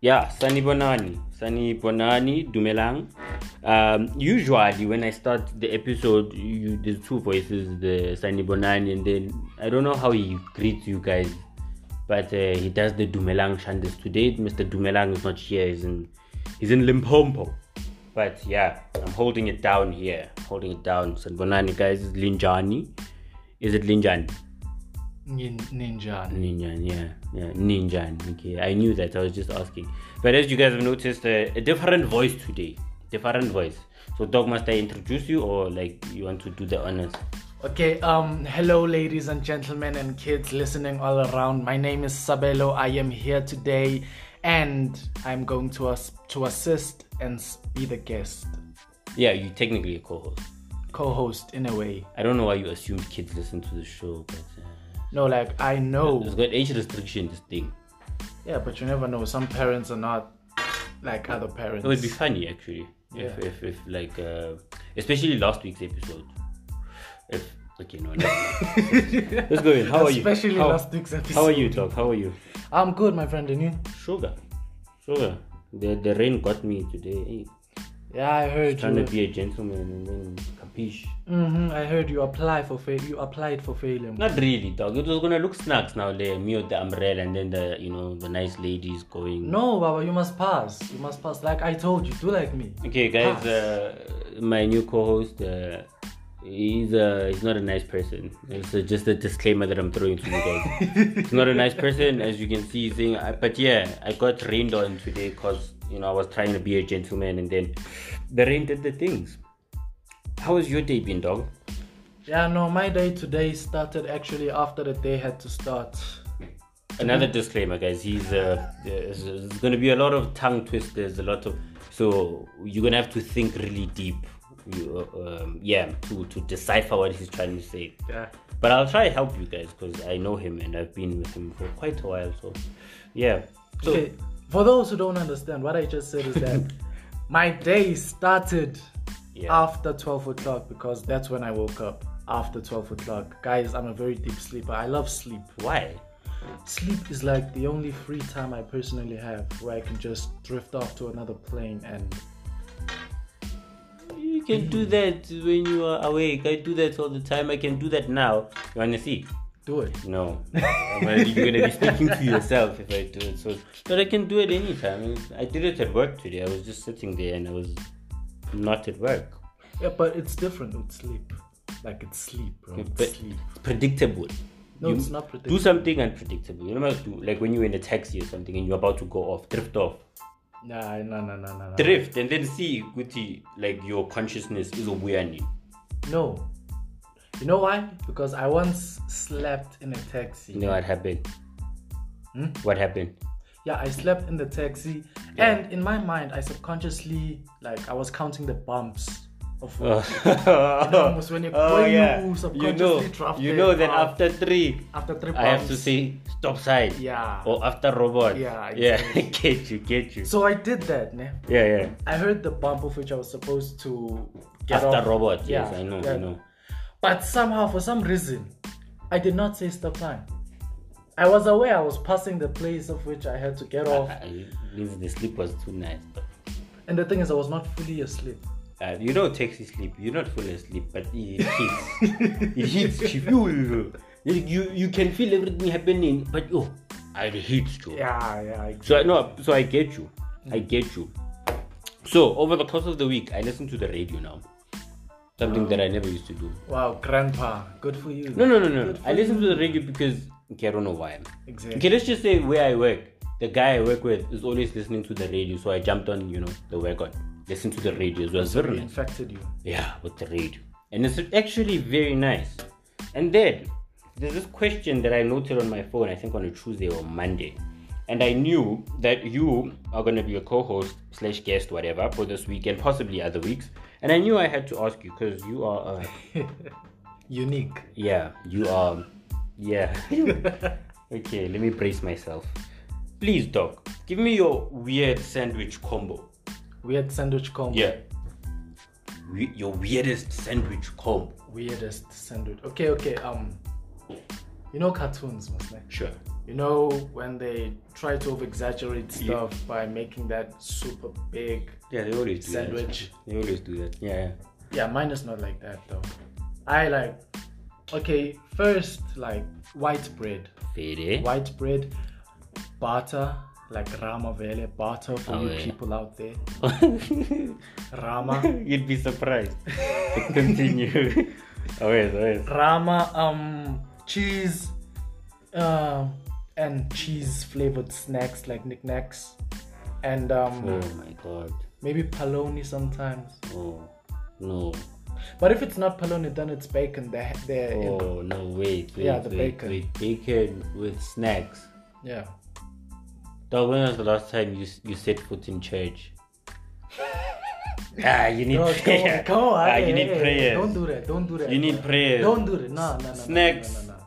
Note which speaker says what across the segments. Speaker 1: Yeah, Sani Bonani. Sani Bonani, Dumelang. Um, usually, when I start the episode, you, the two voices, the Sani Bonani, and then I don't know how he greets you guys, but uh, he does the Dumelang shandes today. Mr. Dumelang is not here, he's in, he's in Limpopo. But yeah, I'm holding it down here. Holding it down. Sani Bonani, guys, is Linjani. Is it Linjani?
Speaker 2: Nin- Ninja.
Speaker 1: Ninjan, yeah, yeah, Ninjan. Okay, I knew that. I was just asking. But as you guys have noticed, uh, a different voice today, different voice. So, dog, must I introduce you, or like you want to do the honors?
Speaker 2: Okay, um, hello, ladies and gentlemen, and kids listening all around. My name is Sabelo. I am here today, and I'm going to us to assist and s- be the guest
Speaker 1: Yeah, you technically a co-host.
Speaker 2: co-host in a way.
Speaker 1: I don't know why you assumed kids listen to the show, but uh,
Speaker 2: No, like I know.
Speaker 1: it's got age restriction. This thing.
Speaker 2: Yeah, but you never know. Some parents are not like other
Speaker 1: It would be
Speaker 2: parents.
Speaker 1: funny actually, if, if if like uh, especially last week's episode. If okay, no, never mind. let's go in. How are you?
Speaker 2: Especially
Speaker 1: How-
Speaker 2: last week's episode.
Speaker 1: How are you, dog? How are you?
Speaker 2: I'm good, my friend. And you?
Speaker 1: Sugar. Sugar. The, the rain got me today. Hey,
Speaker 2: Yeah, I heard
Speaker 1: trying
Speaker 2: you.
Speaker 1: to be a gentleman and then capiche.
Speaker 2: hmm I heard you apply for fail. You applied for failure.
Speaker 1: Not really, dog. It was gonna look snacks now. The me with the umbrella and then the you know the nice ladies going.
Speaker 2: No, Baba, you must pass. You must pass. Like I told you, do like me.
Speaker 1: Okay, guys.
Speaker 2: Pass.
Speaker 1: Uh, my new co-host. Uh, He's uh he's not a nice person. It's uh, just a disclaimer that I'm throwing to you guys. he's not a nice person, as you can see. Saying, I, but yeah, I got rained on today because you know I was trying to be a gentleman, and then the rain did the things. How has your day been, dog?
Speaker 2: Yeah, no, my day today started actually after the day had to start.
Speaker 1: Another disclaimer, guys. He's uh, there's, there's going to be a lot of tongue twisters, a lot of so you're gonna have to think really deep. You, uh, um, yeah, to to decipher what he's trying to say.
Speaker 2: Yeah.
Speaker 1: But I'll try to help you guys because I know him and I've been with him for quite a while. So, yeah. So
Speaker 2: okay. For those who don't understand, what I just said is that my day started
Speaker 1: Yeah.
Speaker 2: after 12 o'clock because that's when I woke up. After 12 o'clock. Guys, I'm a very deep sleeper. I love sleep.
Speaker 1: why?
Speaker 2: Sleep is like the only free time I personally have where I can just drift off to another plane and
Speaker 1: You can do that when you are awake. I do that all the time. I can do that now. You wanna see?
Speaker 2: do it.
Speaker 1: No, I'm gonna- you're gonna be speaking to yourself if I do it. So, but I can do it anytime. I did it at work today. I was just sitting there and I was not at work.
Speaker 2: Yeah, but it's different with sleep. Like it's sleep, bro. It's
Speaker 1: But
Speaker 2: sleep.
Speaker 1: it's predictable.
Speaker 2: No, it's not predictable.
Speaker 1: Do something unpredictable. You know what do? Like when you're in a taxi or something and you're about to go off, drift off,
Speaker 2: Nah, no, no, no, no, no.
Speaker 1: drift, and then see Guti like your consciousness is awareness.
Speaker 2: No. You know why? Because I once slept in a taxi.
Speaker 1: You know what happened?
Speaker 2: Hmm?
Speaker 1: What happened?
Speaker 2: Yeah, I slept in the taxi, and in my mind, I subconsciously like I was counting the bumps of. almost when you- when you
Speaker 1: Oh, you
Speaker 2: subconsciously
Speaker 1: know,
Speaker 2: draft
Speaker 1: you
Speaker 2: it
Speaker 1: know that
Speaker 2: off.
Speaker 1: after three,
Speaker 2: After three
Speaker 1: I have to
Speaker 2: bumps.
Speaker 1: say Oh. stop sign.
Speaker 2: Yeah.
Speaker 1: Or after robot.
Speaker 2: Yeah,
Speaker 1: Yeah. get you, get you.
Speaker 2: So I did that, ne?
Speaker 1: yeah, yeah.
Speaker 2: I heard the bump of which I was supposed to get
Speaker 1: After
Speaker 2: off.
Speaker 1: robot. Yes,
Speaker 2: Yeah,
Speaker 1: I know,
Speaker 2: yeah.
Speaker 1: I know.
Speaker 2: But somehow, for some reason, I did not say stop line. I was aware I was passing the place of which I had to get off,
Speaker 1: I, means the sleep was too nice. But,
Speaker 2: and the thing is, I was not fully asleep.
Speaker 1: uh, you know, taxi sleep. You're not full asleep, but it hits. it hits you. You, you. you can feel everything happening, but oh, it hits you.
Speaker 2: Yeah, Mm. yeah. I-
Speaker 1: So I no, so I get you. I get you. So over the course of the week, I listen to the radio now. Something
Speaker 2: Oh.
Speaker 1: that I never used to do.
Speaker 2: Wow, grandpa, good for you.
Speaker 1: No, no, no, no. I listen to the radio because okay, I don't know why.
Speaker 2: Exactly.
Speaker 1: Okay, let's just say where I work. The guy I work with is always listening to the radio, so I jumped on, you know, the work on. Listen to the radio as well. It's very nice.
Speaker 2: Infected you.
Speaker 1: Yeah, with the radio. And it's actually very nice. And then there's this question that I noted on my phone, I think on a Tuesday or Monday. And I knew that you are going to be a co host slash guest, whatever, for this week and possibly other weeks. And I knew I had to ask you because you are, uh,
Speaker 2: Unique.
Speaker 1: yeah, you are, yeah. okay, let me brace myself. Please, Doc, give me your weird sandwich combo.
Speaker 2: Weird sandwich combo.
Speaker 1: Yeah. We- your weirdest sandwich combo.
Speaker 2: Weirdest sandwich. Okay, okay. Um, You know cartoons, Musne.
Speaker 1: Sure.
Speaker 2: You know when they try to over exaggerate stuff by making that super big.
Speaker 1: Yeah, they always do
Speaker 2: Sandwich.
Speaker 1: that. They always do that. Yeah, yeah.
Speaker 2: Yeah, mine is not like that though. I like. Okay, first like white bread.
Speaker 1: Fede.
Speaker 2: White bread, butter, like rama vele, butter for
Speaker 1: Oh,
Speaker 2: you
Speaker 1: yeah.
Speaker 2: people out there. Rama.
Speaker 1: You'd be surprised. Continue. always, always.
Speaker 2: Rama um cheese um and cheese flavored snacks like knickknacks and um
Speaker 1: Oh my god.
Speaker 2: maybe paloni sometimes.
Speaker 1: Oh no.
Speaker 2: But if it's not paloni then it's bacon there there in
Speaker 1: Oh no. Wait. wait
Speaker 2: Yeah, the
Speaker 1: wait,
Speaker 2: bacon.
Speaker 1: Wait. Bacon with snacks.
Speaker 2: yeah.
Speaker 1: Dog, when was the last time you you set foot in church? ah, you need
Speaker 2: No, come
Speaker 1: prayer.
Speaker 2: on, come on.
Speaker 1: Ah,
Speaker 2: hey,
Speaker 1: you need
Speaker 2: hey, hey,
Speaker 1: prayer.
Speaker 2: Don't do that. Don't do that.
Speaker 1: You need
Speaker 2: bro.
Speaker 1: prayers.
Speaker 2: Don't do that. No, no, no, no. no,
Speaker 1: Snacks.
Speaker 2: No, no, no.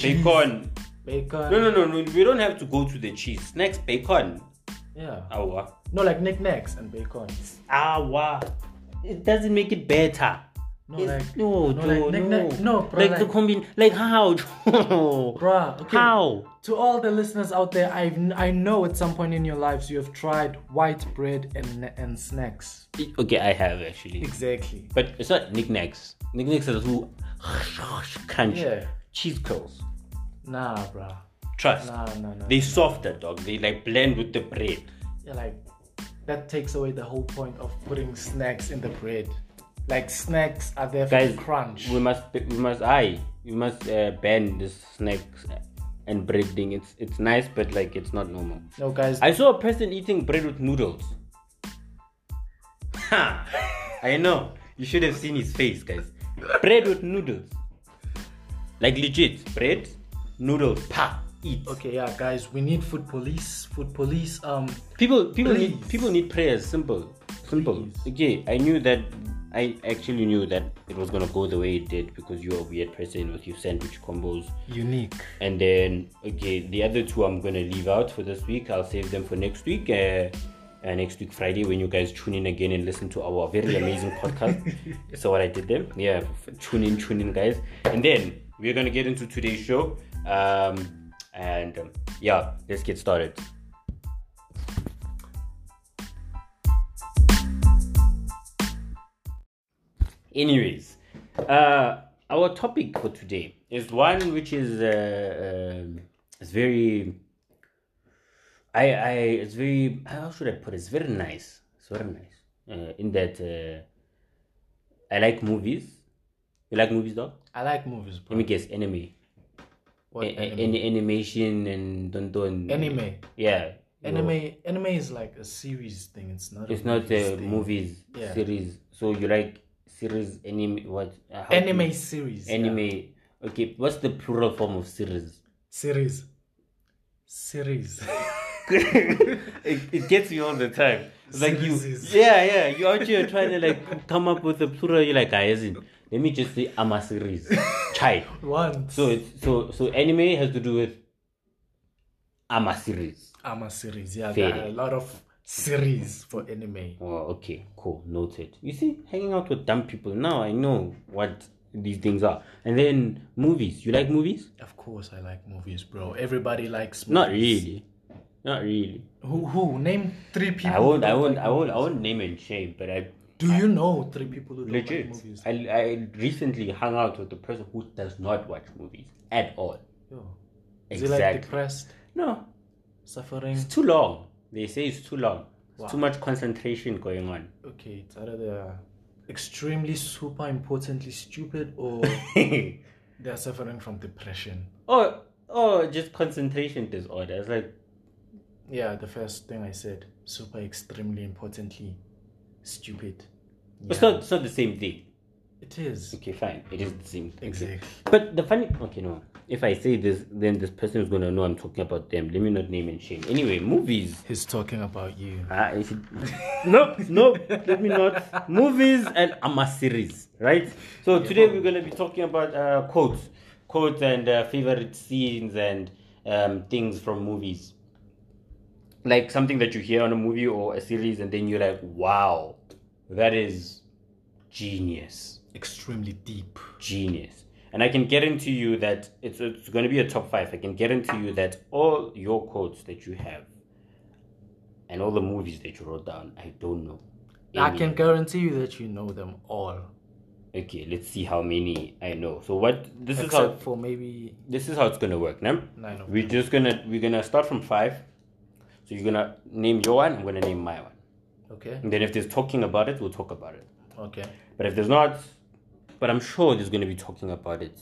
Speaker 1: Bacon.
Speaker 2: Bacon.
Speaker 1: No, no, no, no. We don't have to go to the cheese. Snacks, bacon.
Speaker 2: Yeah.
Speaker 1: Awa.
Speaker 2: No, like knickknacks and bacon.
Speaker 1: Awa. It doesn't make it better.
Speaker 2: No,
Speaker 1: It's-
Speaker 2: like
Speaker 1: no,
Speaker 2: no,
Speaker 1: Joe,
Speaker 2: like, neck, neck-
Speaker 1: no,
Speaker 2: no, bro,
Speaker 1: like, the
Speaker 2: like-
Speaker 1: combin, like how, Joe?
Speaker 2: Bruh, okay.
Speaker 1: how?
Speaker 2: To all the listeners out there, I I know at some point in your lives you have tried white bread and and snacks.
Speaker 1: Okay, I have actually,
Speaker 2: Exactly.
Speaker 1: but it's not knickknacks. Knickknacks are who crunch
Speaker 2: Yeah.
Speaker 1: cheese curls.
Speaker 2: Nah, bruh.
Speaker 1: Trust.
Speaker 2: Nah, nah, nah.
Speaker 1: They softer, dog. They like blend with the bread.
Speaker 2: Yeah, like that takes away the whole point of putting snacks in the bread. Like snacks are there for
Speaker 1: Guys,
Speaker 2: crunch.
Speaker 1: We must, we must, I, we must uh, ban this snacks and bread thing. It's it's nice, but like it's not normal.
Speaker 2: No, guys.
Speaker 1: I saw a person eating bread with noodles. Ha! I know. You should have seen his face, guys. Bread with noodles. Like legit. Bread, noodles, pa, eat.
Speaker 2: okay, yeah, guys. We need food police. Food police. Um,
Speaker 1: People people need
Speaker 2: Please.
Speaker 1: people need prayers. Simple. Simple.
Speaker 2: Please.
Speaker 1: Okay, I knew that I actually knew that it was gonna go the way it did because you're a weird person with your sandwich combos.
Speaker 2: unique.
Speaker 1: And then, okay, the other two I'm gonna leave out for this week. I'll save them for next week. Uh, uh, next week Friday when you guys tune in again and listen to our very amazing podcast. So what I did there, yeah, f- tune in, tune in, guys. And then we're gonna get into today's show. Um, and um, yeah, let's get started. Anyways, uh, our topic for today is one which is uh, um it's very, I I it's very how should I put it? It's very nice. It's very nice uh, in that uh, I like movies. You like movies, though?
Speaker 2: I like movies,
Speaker 1: Let
Speaker 2: bro.
Speaker 1: me guess, anime,
Speaker 2: What
Speaker 1: A- a-
Speaker 2: anime?
Speaker 1: any animation and don't don't
Speaker 2: Anime.
Speaker 1: Yeah, you know,
Speaker 2: Anime. Anime is like a series thing. It's not.
Speaker 1: It's
Speaker 2: a
Speaker 1: not
Speaker 2: movies
Speaker 1: uh,
Speaker 2: thing.
Speaker 1: movies
Speaker 2: Yeah.
Speaker 1: series. So you like series anime? What uh, how-
Speaker 2: Anime series. yeah.
Speaker 1: anime okay what's the plural form of series
Speaker 2: Series. Series.
Speaker 1: it, it gets me all the time it's like you
Speaker 2: Series.
Speaker 1: yeah yeah you out here trying to like come up with a plural you're like I isn't let me just say I'm a series chai
Speaker 2: One.
Speaker 1: so it's so so anime has to do with I'm a series
Speaker 2: I'm a series. Yeah,
Speaker 1: Fair.
Speaker 2: there are a lot of series for anime.
Speaker 1: oh okay cool noted you see hanging out with dumb people now I know what these things are and then movies you like movies
Speaker 2: Of course, I like movies, bro. Everybody likes movies.
Speaker 1: not really not really
Speaker 2: Who? Who? Name three people.
Speaker 1: I won't
Speaker 2: who
Speaker 1: I
Speaker 2: don't
Speaker 1: won't
Speaker 2: like
Speaker 1: I won't I
Speaker 2: movies.
Speaker 1: won't name and shame but I
Speaker 2: Do you know three people who don't
Speaker 1: Legit.
Speaker 2: like movies?
Speaker 1: I, I recently hung out with a person who does not watch movies at all.
Speaker 2: Yo. Is he like
Speaker 1: Exactly.
Speaker 2: depressed,
Speaker 1: No,
Speaker 2: suffering?
Speaker 1: it's too long. They say it's too long. It's
Speaker 2: Wow.
Speaker 1: Too much concentration going on.
Speaker 2: Okay, it's either they're extremely, super importantly stupid, or they're suffering from depression.
Speaker 1: or or Oh, just concentration disorder. It's like
Speaker 2: Yeah, the first thing I said, super, extremely, importantly stupid.
Speaker 1: it's not it's not the same thing.
Speaker 2: It is.
Speaker 1: Okay, fine. It is the same thing. Okay.
Speaker 2: Exactly.
Speaker 1: But the funny okay no. If I say this then this person is gonna know I'm talking about them. Let me not name and shame. Anyway, movies.
Speaker 2: He's talking about you.
Speaker 1: Ah, I should... no, no, let me not. Movies and AMA series, right? So today we're going to be talking about uh, quotes, quotes and uh, favorite scenes and um, things from movies. Like something that you hear on a movie or a series, and then you're like, wow, that is genius
Speaker 2: Extremely deep.
Speaker 1: genius. And I can guarantee you that it's, it's going to be a top five. I can guarantee you that all your quotes that you have and all the movies that you wrote down, I don't know.
Speaker 2: I
Speaker 1: any.
Speaker 2: can guarantee you that you know them all,
Speaker 1: Okay, let's see how many I know. So what? This is how
Speaker 2: except for maybe
Speaker 1: this is how it's gonna work, now.
Speaker 2: nine of them.
Speaker 1: We're just gonna we're gonna start from five. So you're gonna name your one. I'm gonna name my one.
Speaker 2: Okay,
Speaker 1: And then if there's talking about it, we'll talk about it.
Speaker 2: okay.
Speaker 1: But if there's not, but I'm sure there's gonna be talking about it.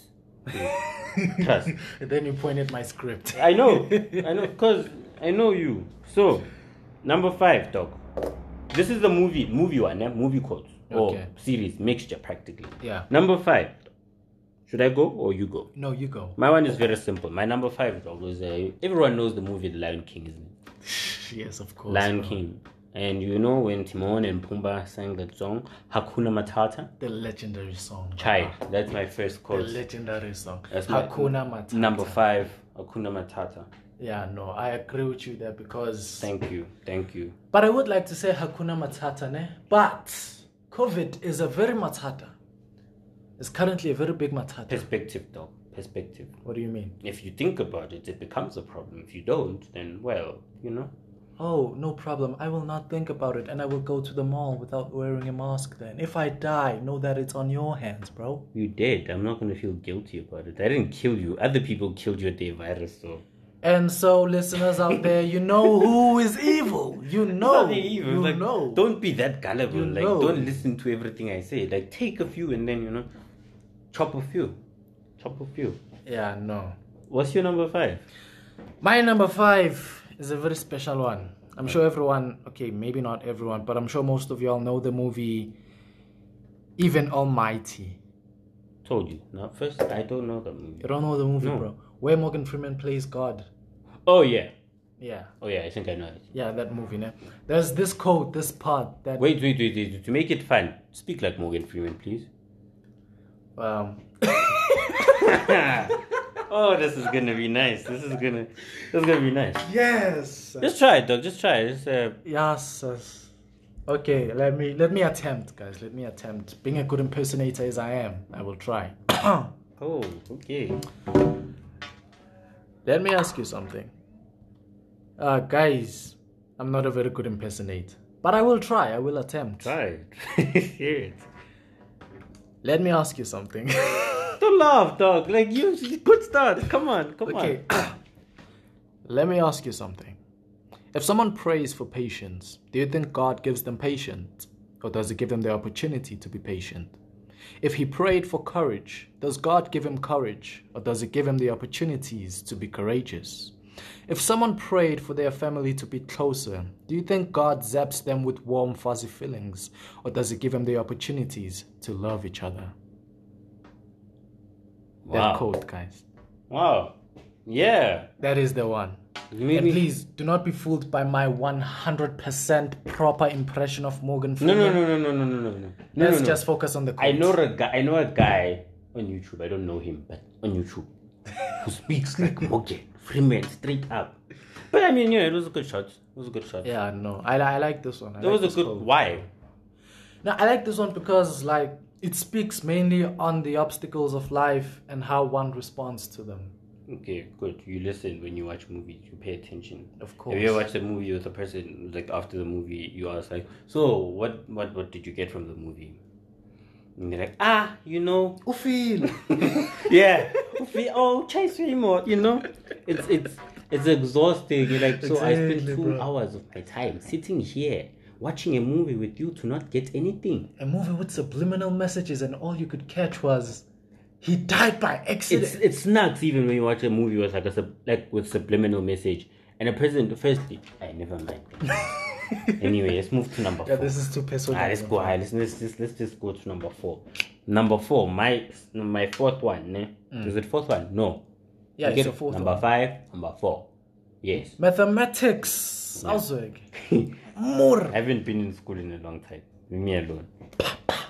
Speaker 1: Trust.
Speaker 2: then you point at my script.
Speaker 1: I know, I know, cause I know you. So number five, dog. This is the movie movie one, eh? movie quotes
Speaker 2: Okay.
Speaker 1: or series mixture practically.
Speaker 2: Yeah.
Speaker 1: Number five. Should I go or you go?
Speaker 2: No, you go.
Speaker 1: My one is very simple. My number five is always uh, everyone knows the movie The Lion King, isn't it?
Speaker 2: Yes, of course.
Speaker 1: Lion King. And you know when Timon and Pumbaa sang that song, Hakuna Matata?
Speaker 2: The legendary song.
Speaker 1: Chai. That's my first
Speaker 2: Uh-huh. The
Speaker 1: quote.
Speaker 2: legendary song.
Speaker 1: That's my-
Speaker 2: Hakuna Matata.
Speaker 1: Number five, Hakuna Matata.
Speaker 2: Yeah, no, I agree with you there because.
Speaker 1: Thank you. Thank you.
Speaker 2: But I would like to say Hakuna Matata, ne? But COVID is a very matata. It's currently a very big matata.
Speaker 1: Perspective, dog. Perspective.
Speaker 2: What do you mean?
Speaker 1: If you think about it, it becomes a problem. If you don't, then, well, you know.
Speaker 2: Oh, no problem. I will not think about it and I will go to the mall without wearing a mask then. If I die, know that it's on your hands, bro.
Speaker 1: You did. I'm not going to feel guilty about it. I didn't kill you. Other people killed you with their virus, so.
Speaker 2: And so, listeners out there, you know who is evil. You know.
Speaker 1: Bloody evil.
Speaker 2: You
Speaker 1: like,
Speaker 2: know.
Speaker 1: Don't be that gullible.
Speaker 2: You
Speaker 1: like,
Speaker 2: know.
Speaker 1: don't listen to everything I say. Like, take a few and then, you know, chop a few. Chop a few.
Speaker 2: Yeah, no.
Speaker 1: What's your number five?
Speaker 2: My number five is a very special one. I'm sure everyone, okay, maybe not everyone, but I'm sure most of y'all know the movie Even Almighty.
Speaker 1: Told you. Now, first, I don't know that movie.
Speaker 2: You don't know the movie,
Speaker 1: No.
Speaker 2: bro? Where Morgan Freeman plays God.
Speaker 1: Oh, yeah.
Speaker 2: Yeah,
Speaker 1: Oh, yeah, I think I know it.
Speaker 2: yeah, that movie. Ne? There's this quote, this part that.
Speaker 1: Wait, wait, wait, wait. To make it fun, speak like Morgan Freeman, please.
Speaker 2: Um,
Speaker 1: oh, this is gonna be nice. This is gonna, this is gonna be nice.
Speaker 2: yes.
Speaker 1: Just try it, dog. Just try it. Just, uh,
Speaker 2: Yes. yes. Okay, let me let me attempt, guys. Let me attempt. Being a good impersonator as I am, I will try.
Speaker 1: oh, okay.
Speaker 2: Let me ask you something. Uh, guys, I'm not a very good impersonator, but I will try, I will attempt.
Speaker 1: Try it. Hear it.
Speaker 2: Let me ask you something.
Speaker 1: Don't laugh, dog. Like you, good start. Come on, come
Speaker 2: okay. Let me ask you something. If someone prays for patience, do you think God gives them patience? Or does He give them the opportunity to be patient? If He prayed for courage, does God give him courage? Or does He give him the opportunities to be courageous? If someone prayed for their family to be closer, do you think God zaps them with warm, fuzzy feelings? Or does He give them the opportunities to love each other?
Speaker 1: on.
Speaker 2: That quote, guys.
Speaker 1: Wow. Yeah.
Speaker 2: That is the one.
Speaker 1: You made
Speaker 2: And
Speaker 1: me-
Speaker 2: please do not be fooled by my 100% proper impression of Morgan
Speaker 1: No,
Speaker 2: Freeman.
Speaker 1: no, no, no, no, no, no, no, no. No,
Speaker 2: Let's
Speaker 1: no, no.
Speaker 2: just focus on the quote.
Speaker 1: I know a guy. I know a guy on YouTube. I don't know him, but on YouTube, who speaks like Morgan Freeman straight up. But I mean, yeah, it was a good shot. It was a good shot.
Speaker 2: Yeah, no, I, li- I like this one. I
Speaker 1: It
Speaker 2: like
Speaker 1: was a
Speaker 2: this
Speaker 1: good.
Speaker 2: quote.
Speaker 1: Why?
Speaker 2: No, I like this one because like it speaks mainly on the obstacles of life and how one responds to them.
Speaker 1: Okay, good. You listen when you watch movies. You pay attention.
Speaker 2: Of
Speaker 1: Have you ever
Speaker 2: course.
Speaker 1: watched a movie with a person like after the movie you ask like, so what what what did you get from the movie? And they're like, ah, you know,
Speaker 2: Ufil.
Speaker 1: yeah, we oh chase me more, you know. It's it's it's exhausting. You're like, so I spent
Speaker 2: Exactly,
Speaker 1: two
Speaker 2: bro.
Speaker 1: hours of my time sitting here watching a movie with you to not get anything.
Speaker 2: A movie with subliminal messages and all you could catch was he died by accident.
Speaker 1: It's it's nuts even when you watch a movie with like a sub, like with subliminal message and a president. Firstly, I never mind. anyway, let's move to number
Speaker 2: yeah,
Speaker 1: four.
Speaker 2: this is too personal.
Speaker 1: Ah, let's go. Ah, let's, let's just let's just go to number four. Number four, my my fourth one. Ne? Is it fourth one? No.
Speaker 2: Mm. Yeah,
Speaker 1: You
Speaker 2: it's
Speaker 1: get
Speaker 2: the fourth
Speaker 1: Number
Speaker 2: one.
Speaker 1: five, number four. Yes.
Speaker 2: Mathematics. Ausweg. Mur.
Speaker 1: I haven't been in school in a long time. Leave me alone.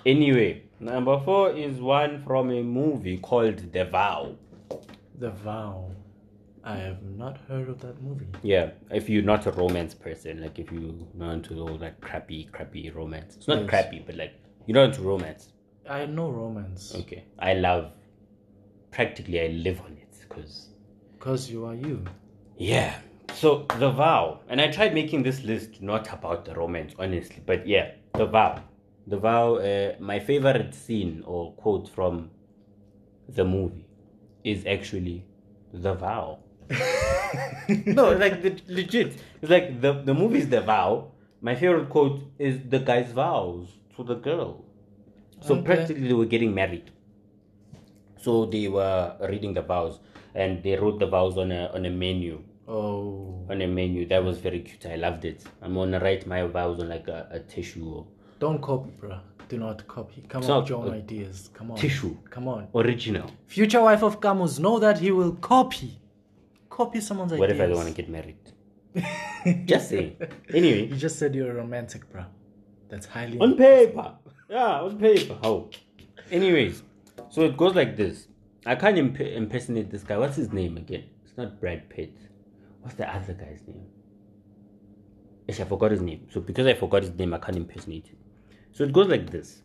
Speaker 1: Anyway, number four is one from a movie called The Vow.
Speaker 2: The Vow. I have not heard of that movie.
Speaker 1: Yeah, if you're not a romance person, like if you're not into all that crappy, crappy romance. It's not
Speaker 2: Yes.
Speaker 1: crappy, but like you're not into romance.
Speaker 2: I know romance.
Speaker 1: Okay. I love practically I live on it because
Speaker 2: Because you are you.
Speaker 1: yeah. So the vow, and I tried making this list not about the romance, honestly, but yeah, the vow, the vow. Uh, my favorite scene or quote from the movie is actually the vow. no, like the, legit. It's like the the movie's the vow. My favorite quote is the guy's vows to the girl. So
Speaker 2: Okay.
Speaker 1: practically they were getting married. So they were reading the vows, and they wrote the vows on a on a menu
Speaker 2: Oh.
Speaker 1: on a menu. That was very cute. I loved it. I'm gonna write my vows on like a, a tissue or
Speaker 2: Don't copy, bruh. Do not copy. Come
Speaker 1: not
Speaker 2: on with your own
Speaker 1: a
Speaker 2: ideas. Come on.
Speaker 1: tissue.
Speaker 2: Come on.
Speaker 1: original.
Speaker 2: Future wife of Camus, know that he will copy. Copy someone's
Speaker 1: What
Speaker 2: ideas.
Speaker 1: if I don't want to get married? Just saying. Anyway,
Speaker 2: You just said you're romantic, bruh. That's highly.
Speaker 1: on paper. Yeah, on paper. How? Oh. Anyways, so it goes like this. I can't imp- impersonate this guy. What's his name again? It's not Brad Pitt. What's the other guy's name? Ish, I forgot his name. So because I forgot his name, I can't impersonate it. So it goes like this.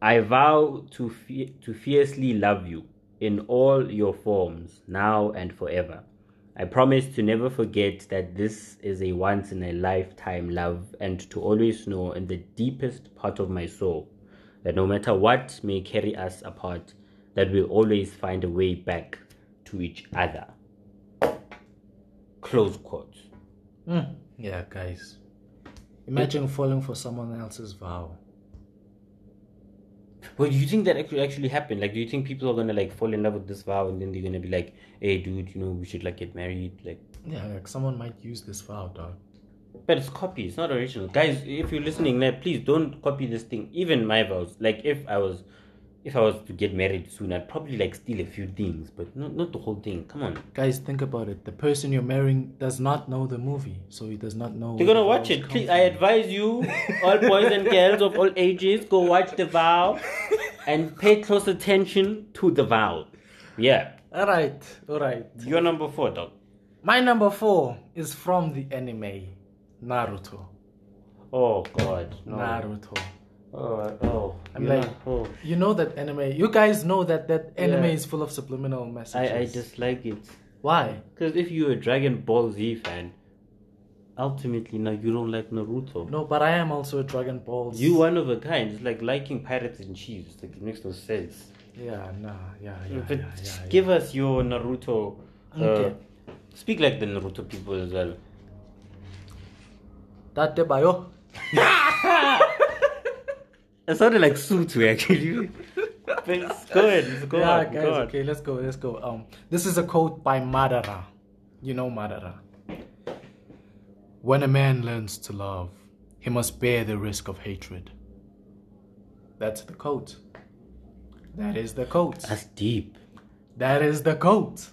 Speaker 1: I vow to fe- to fiercely love you in all your forms, now and forever. I promise to never forget that this is a once in a lifetime love and to always know in the deepest part of my soul that no matter what may carry us apart, that we'll always find a way back to each other. Close quote.
Speaker 2: Mm. Yeah, guys. Imagine falling for someone else's vow.
Speaker 1: Well, do you think that actually actually happened? Like, do you think people are gonna like fall in love with this vow and then they're gonna be like, "Hey, dude, you know, we should like get married"? Like,
Speaker 2: Yeah, like someone might use this vow, dog.
Speaker 1: but it's copy. It's not original, guys. If you're listening, like, please don't copy this thing. Even my vows. Like, if I was, if I was to get married soon, I'd probably like steal a few things, but not not the whole thing. Come on,
Speaker 2: Guys, think about it. The person you're marrying does not know the movie, so he does not know.
Speaker 1: they're
Speaker 2: where
Speaker 1: gonna
Speaker 2: the
Speaker 1: watch
Speaker 2: vows
Speaker 1: it.
Speaker 2: come
Speaker 1: Please,
Speaker 2: from.
Speaker 1: I advise you, all boys and girls of all ages, go watch the vow, and pay close attention to the vow. Yeah,
Speaker 2: All right, all right.
Speaker 1: you're number four, dog.
Speaker 2: My number four is from the anime Naruto.
Speaker 1: Oh God, no.
Speaker 2: Naruto.
Speaker 1: Oh, oh.
Speaker 2: I'm
Speaker 1: you're
Speaker 2: like-
Speaker 1: not- oh.
Speaker 2: You know that anime. You guys know that that anime
Speaker 1: Yeah.
Speaker 2: is full of subliminal messages.
Speaker 1: I, I dislike it.
Speaker 2: Why?
Speaker 1: Because if you're a Dragon Ball Z fan, ultimately now you don't like Naruto.
Speaker 2: No, but I am also a Dragon Ball. Z-
Speaker 1: You one of a kind. It's like liking pirates and cheese. Like it makes no sense.
Speaker 2: Yeah, nah, yeah, yeah,
Speaker 1: but
Speaker 2: yeah, yeah, yeah.
Speaker 1: give us your Naruto. Uh,
Speaker 2: Okay.
Speaker 1: Speak like the Naruto people as well.
Speaker 2: Date oh. bayo.
Speaker 1: It sounded like Sutu actually. but it's good. It's good.
Speaker 2: yeah,
Speaker 1: God.
Speaker 2: guys. Okay, let's go. Let's go. Um, this is a quote by Madara. You know Madara. When a man learns to love, he must bear the risk of hatred. That's the quote. That is the quote.
Speaker 1: That's deep.
Speaker 2: That is the quote.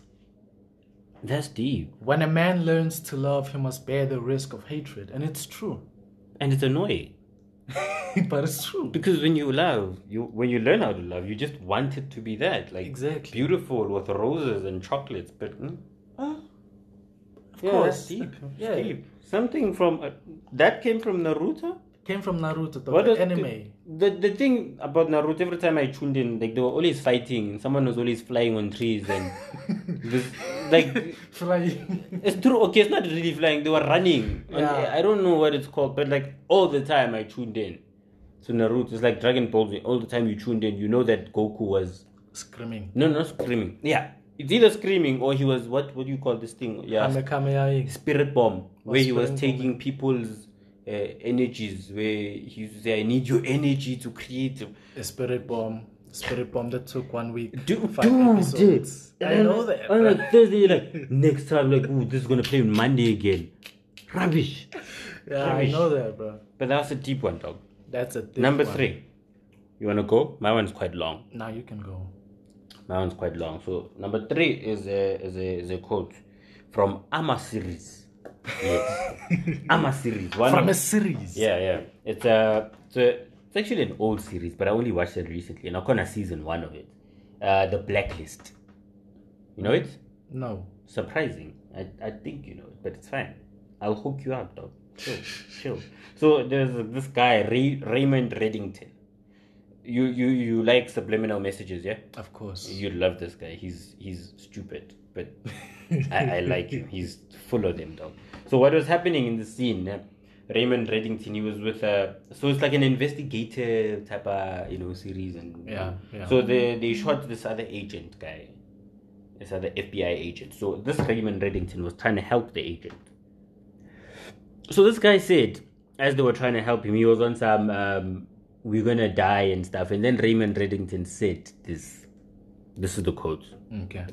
Speaker 1: That's deep.
Speaker 2: When a man learns to love, he must bear the risk of hatred, and it's true.
Speaker 1: And it's annoying.
Speaker 2: but it's true.
Speaker 1: Because when you love, you when you learn how to love, you just want it to be that, like
Speaker 2: Exactly.
Speaker 1: beautiful with roses and chocolates. But mm,
Speaker 2: Huh? Of
Speaker 1: yeah,
Speaker 2: course.
Speaker 1: that's deep. It's
Speaker 2: Yeah.
Speaker 1: deep. Something from uh, that came from Naruto.
Speaker 2: Came from Naruto, the
Speaker 1: What is
Speaker 2: anime.
Speaker 1: The, the thing about Naruto, every time I tuned in, like they were always fighting, and someone was always flying on trees, and this, like
Speaker 2: Flying.
Speaker 1: it's true. Okay, it's not really flying. They were running. And eh,
Speaker 2: Yeah.
Speaker 1: I don't know what it's called, but like all the time I tuned in to Naruto. It's like Dragon Ball. Z. All the time you tuned in, you know that Goku was
Speaker 2: Screaming.
Speaker 1: no, not screaming. Yeah, it's either screaming or he was what? What do you call this thing? Yeah,
Speaker 2: Kamehameha.
Speaker 1: spirit bomb, where he was
Speaker 2: spirit
Speaker 1: taking people's uh, energies. Where he used to say, "I need your energy to create."
Speaker 2: A spirit bomb. Spirit bomb that took one week.
Speaker 1: Do,
Speaker 2: five
Speaker 1: dude,
Speaker 2: episodes. I know that.
Speaker 1: On
Speaker 2: bruh.
Speaker 1: a Thursday, you're like next time, like, ooh, this is gonna play on Monday again. Rubbish.
Speaker 2: Yeah, I
Speaker 1: Rubbish.
Speaker 2: know that, bro.
Speaker 1: But that was a deep one, dog.
Speaker 2: That's a thick
Speaker 1: Number
Speaker 2: one.
Speaker 1: three. You wanna go? My one's quite long.
Speaker 2: Now you can go.
Speaker 1: My one's quite long. So number three is a is a is a quote from Ama series. Yes. Ama series. One
Speaker 2: From
Speaker 1: of-
Speaker 2: a series.
Speaker 1: Yeah, yeah. It's a, it's a it's actually an old series, but I only watched it recently, and I caught a season one of it. Uh, the Blacklist. You know it?
Speaker 2: No.
Speaker 1: surprising. I, I think you know it, but it's fine. I'll hook you up, dog. Chill, chill. So there's this guy Ray, Raymond Reddington. You you you like subliminal messages, yeah?
Speaker 2: Of course.
Speaker 1: You love this guy. He's he's stupid, but I, I like him. He's full of them, dog. So what was happening in the scene? eh, Raymond Reddington, he was with a so it's like an investigator type of you know series and
Speaker 2: Yeah, yeah.
Speaker 1: Mm. So they they shot this other agent guy, this other FBI agent. So this Raymond Reddington was trying to help the agent. So this guy said, as they were trying to help him, he was on some um, "we're gonna die" and stuff. And then Raymond Reddington said this. This is the quote,
Speaker 2: Okay.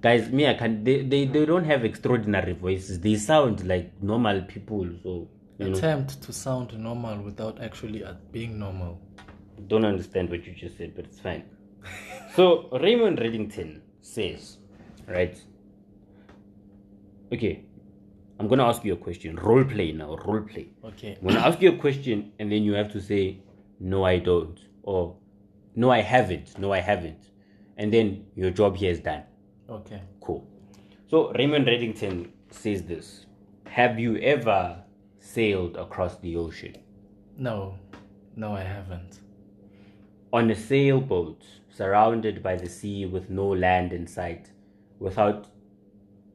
Speaker 1: guys. Me, I can. They, they they don't have extraordinary voices. They sound like normal people. So you know,
Speaker 2: Attempt to sound normal without actually uh, being normal.
Speaker 1: don't understand what you just said, but it's fine. so Raymond Reddington says, right? Okay, I'm gonna ask you a question. Role play now. Role play.
Speaker 2: Okay.
Speaker 1: I'm gonna ask you a question, and then you have to say, "No, I don't," or "No, I haven't." No, I haven't. And then your job here is done.
Speaker 2: Okay.
Speaker 1: Cool. So Raymond Reddington says this: Have you ever sailed across the ocean
Speaker 2: No. No, I haven't.
Speaker 1: on a sailboat, surrounded by the sea with no land in sight, without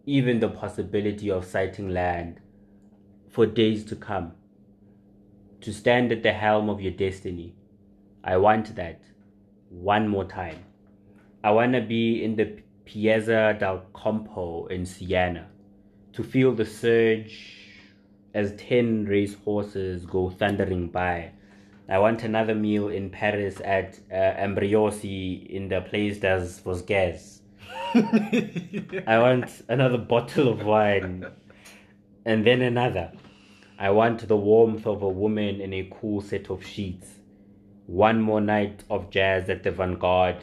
Speaker 1: even the possibility of sighting land for days to come? To stand at the helm of your destiny. I want that. One more time. I want to be in the Piazza del Campo in Siena to feel the surge as 10 race horses go thundering by. I want another meal in Paris at uh, Embriosi in the place das Vosges. I want another bottle of wine and then another. I want the warmth of a woman in a cool set of sheets. One more night of jazz at the Vanguard.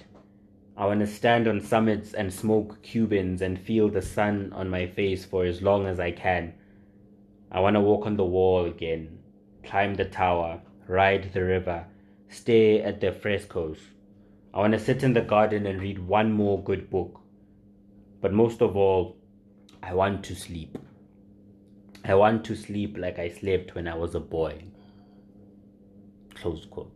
Speaker 1: I want to stand on summits and smoke Cubans and feel the sun on my face for as long as I can. I want to walk on the wall again, climb the tower, ride the river, stare at the frescoes. I want to sit in the garden and read one more good book. But most of all, I want to sleep. I want to sleep like I slept when I was a boy. Close quote.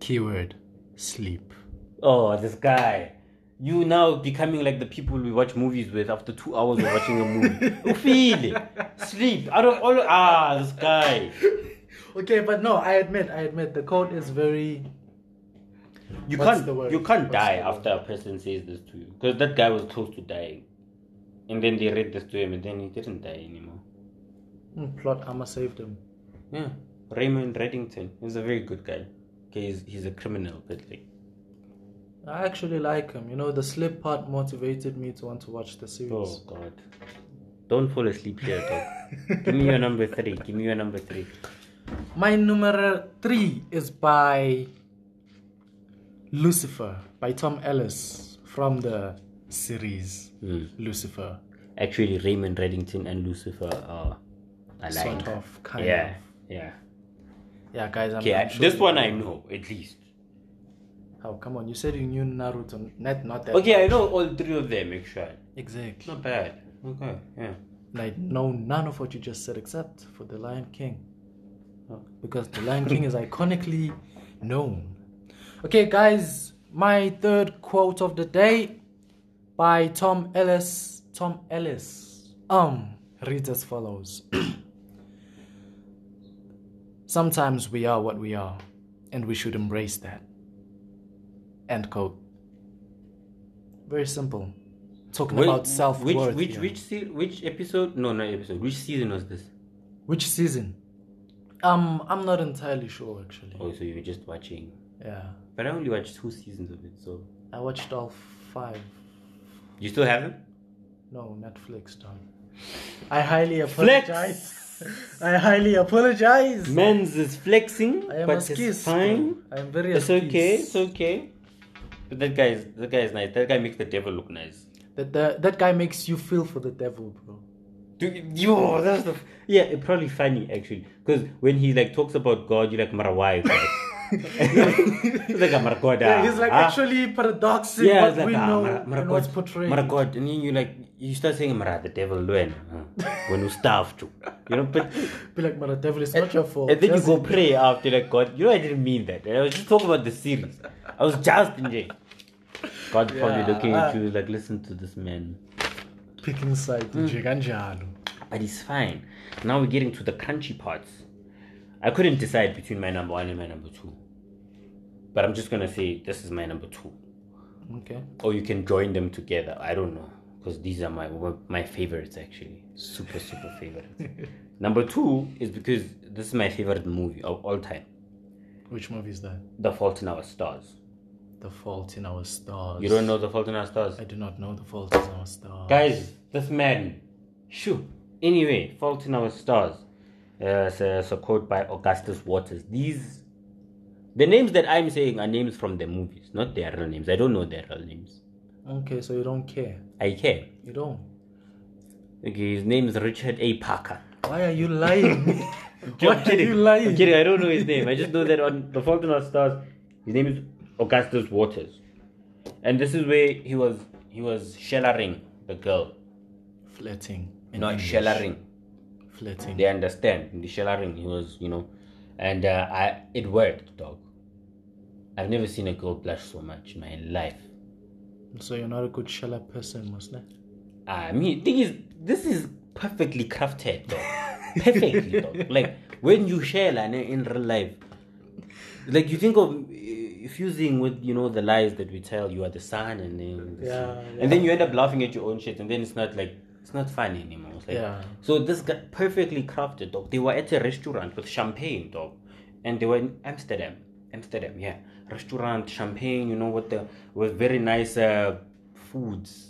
Speaker 2: Keyword sleep.
Speaker 1: Oh, this guy. You now becoming like the people we watch movies with after two hours of watching a movie. Ufile, sleep. Out of all ah, this guy.
Speaker 2: Okay, but no, I admit, I admit the code is very
Speaker 1: You
Speaker 2: What's
Speaker 1: can't
Speaker 2: the word?
Speaker 1: you can't
Speaker 2: What's
Speaker 1: die
Speaker 2: the word?
Speaker 1: after a person says this to you because that guy was close to dying, and then they read this to him, and then he didn't die anymore.
Speaker 2: Mm, plot armor saved him.
Speaker 1: Yeah, Raymond Reddington is a very good guy. Okay, he's, he's a criminal, but like
Speaker 2: I actually like him. You know, the sleep part motivated me to want to watch the series.
Speaker 1: oh god, don't fall asleep here, dog. give me your number three. Give me your number three.
Speaker 2: My number three is by Lucifer by Tom Ellis from the series Lucifer,
Speaker 1: Actually, Raymond Reddington and Lucifer are aligned.
Speaker 2: sort of, kind
Speaker 1: Yeah,
Speaker 2: of.
Speaker 1: yeah.
Speaker 2: Yeah, guys, I'm,
Speaker 1: Okay,
Speaker 2: I'm
Speaker 1: I-
Speaker 2: sure
Speaker 1: this
Speaker 2: you-
Speaker 1: one I know at least.
Speaker 2: Oh, come on! You said you knew Naruto. Not not that.
Speaker 1: Okay, I know all three of them actually.
Speaker 2: Exactly.
Speaker 1: Not bad. Okay, yeah.
Speaker 2: Like no, none of what you just said except for the Lion King,
Speaker 1: Oh.
Speaker 2: because the Lion King is iconically known. Okay, guys, my third quote of the day by Tom Ellis. Tom Ellis. Um, reads as follows. Sometimes we are what we are, and we should embrace that. End quote. Very simple. Talking
Speaker 1: Wait,
Speaker 2: about self
Speaker 1: Which
Speaker 2: worth.
Speaker 1: which which se- which episode? No, not episode. Which season was this?
Speaker 2: Which season? Um, I'm not entirely sure actually.
Speaker 1: Oh, so you were just watching.
Speaker 2: Yeah,
Speaker 1: But I only watched two seasons of it. So
Speaker 2: I watched all five.
Speaker 1: you still haven't?
Speaker 2: No, Netflix, done. I highly apologize. I highly apologize.
Speaker 1: Men's is flexing,
Speaker 2: I am
Speaker 1: but
Speaker 2: a
Speaker 1: it's
Speaker 2: skis.
Speaker 1: fine.
Speaker 2: I am very
Speaker 1: It's okay.
Speaker 2: askis.
Speaker 1: It's okay. But that guy is that guy is nice. That guy makes the devil look nice.
Speaker 2: That the, that guy makes you feel for the devil, bro.
Speaker 1: Dude, yo, that's the yeah. It probably funny actually, because when he like talks about God, you're like, my wife. It's like a Margoda.
Speaker 2: Yeah, he's like
Speaker 1: huh?
Speaker 2: actually paradoxing
Speaker 1: Ah. yeah,
Speaker 2: what
Speaker 1: it's like
Speaker 2: we
Speaker 1: ah,
Speaker 2: know
Speaker 1: Mar- Margot,
Speaker 2: and what's portrayed.
Speaker 1: Margot, and then you like you start saying Mara the devil when uh, when you starve to, you know. But
Speaker 2: Be like, Mara Devil, it's not your fault.
Speaker 1: and Eh, then you
Speaker 2: Just-
Speaker 1: go pray after like God, you know I didn't mean that. I was just talking about the series. I was just enjoying. God probably looking at you like listen to this man.
Speaker 2: picking side
Speaker 1: Hmm.
Speaker 2: nje kanjalo
Speaker 1: But it's fine. Now we're getting to the crunchy parts. I couldn't decide between my number one and my number two. But I'm just gonna say this is my number two.
Speaker 2: okay
Speaker 1: Or you can join them together. I don't know. Because these are my my favorites actually. Super, super favorites. number two is because this is my favorite movie of all time.
Speaker 2: which movie is that
Speaker 1: The Fault in Our Stars.
Speaker 2: the fault in our stars
Speaker 1: You don't know The Fault in Our Stars?
Speaker 2: i do not know the fault in our stars
Speaker 1: Guys, this man. Shoo. Anyway, Fault in Our Stars. Uh, it's, a, it's a quote by Augustus Waters. These, the names that I'm saying are names from the movies, not their real names. I don't know their real names.
Speaker 2: okay so you don't care
Speaker 1: I care.
Speaker 2: you don't
Speaker 1: Okay, his name is Richard A. Parker.
Speaker 2: why are you lying why
Speaker 1: I'm
Speaker 2: are
Speaker 1: kidding.
Speaker 2: you lying
Speaker 1: I'm kidding. I don't know his name. I just know that on The Fault in Our Stars, his name is Augustus Waters, and this is where he was he was shellering the girl,
Speaker 2: flirting in
Speaker 1: not
Speaker 2: English.
Speaker 1: shellering.
Speaker 2: flirting
Speaker 1: They understand in the shellering. He was you know, and uh, I it worked, dog. I've never seen a girl blush so much in my life.
Speaker 2: so you're not a good sheller person Muslim
Speaker 1: I mean, thing is, this is perfectly crafted, dog. perfectly, dog. Like when you share like, in real life, like you think of uh, fusing with you know the lies that we tell. You are the sun, and then the
Speaker 2: Yeah,
Speaker 1: sun. and then you end up laughing at your own shit, and then it's not like it's not fun anymore. It's like,
Speaker 2: Yeah.
Speaker 1: So this got perfectly crafted, dog. They were at a restaurant with champagne, dog, and they were in Amsterdam, Amsterdam, yeah. Restaurant, champagne, you know, with the with very nice uh, foods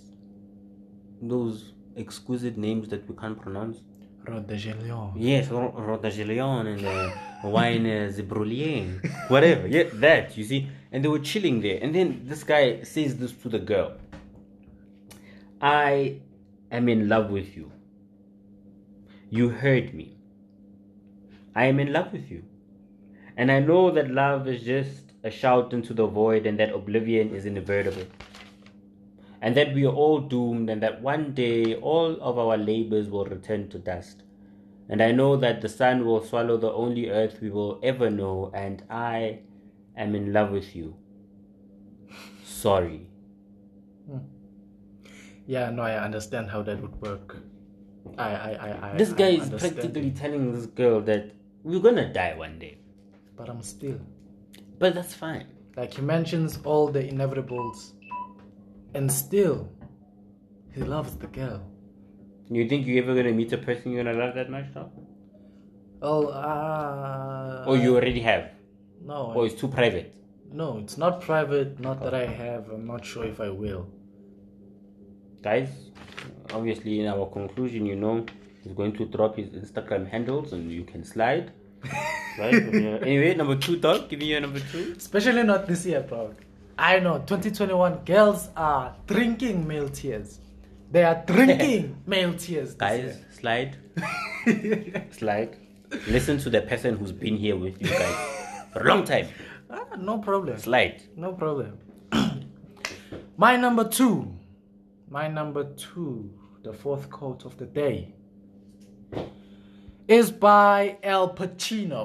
Speaker 1: those exquisite names that we can't pronounce.
Speaker 2: Rod de Gelion.
Speaker 1: Yes, Ro- Rodagelion and uh, wine uh, the Brullier, whatever. Yeah, that you see. And they were chilling there, and then this guy says this to the girl. I am in love with you. You heard me. I am in love with you. And I know that love is just a shout into the void and that oblivion is inevitable. And that we are all doomed and that one day all of our labors will return to dust. And I know that the sun will swallow the only earth we will ever know, and I am in love with you. Sorry.
Speaker 2: yeah no i understand how that would work i i i, I
Speaker 1: This guy
Speaker 2: I'm
Speaker 1: is
Speaker 2: understanding.
Speaker 1: practically telling this girl that we're gonna die one day.
Speaker 2: but i'm still
Speaker 1: But that's fine.
Speaker 2: Like he mentions all the inevitables, and still, he loves the girl.
Speaker 1: You think you're ever gonna meet a person you're gonna love that much, though?
Speaker 2: Oh, ah.
Speaker 1: Or Oh, you oh, already have?
Speaker 2: No,
Speaker 1: Or it's too private?
Speaker 2: no, it's not private. Not that I have. I'm not sure if I will.
Speaker 1: guys obviously in our conclusion you know he's going to drop his instagram handles and you can slide right Yeah. anyway number two dog give me your number two
Speaker 2: Especially not this year, bro. I know. 2021 girls are drinking male tears. They are drinking male tears. this
Speaker 1: guys slide
Speaker 2: year.
Speaker 1: slide listen to the person who's been here with you guys for a long time
Speaker 2: ah, no problem.
Speaker 1: slide
Speaker 2: No problem. My number two. My number two, the fourth quote of the day, is by Al Pacino.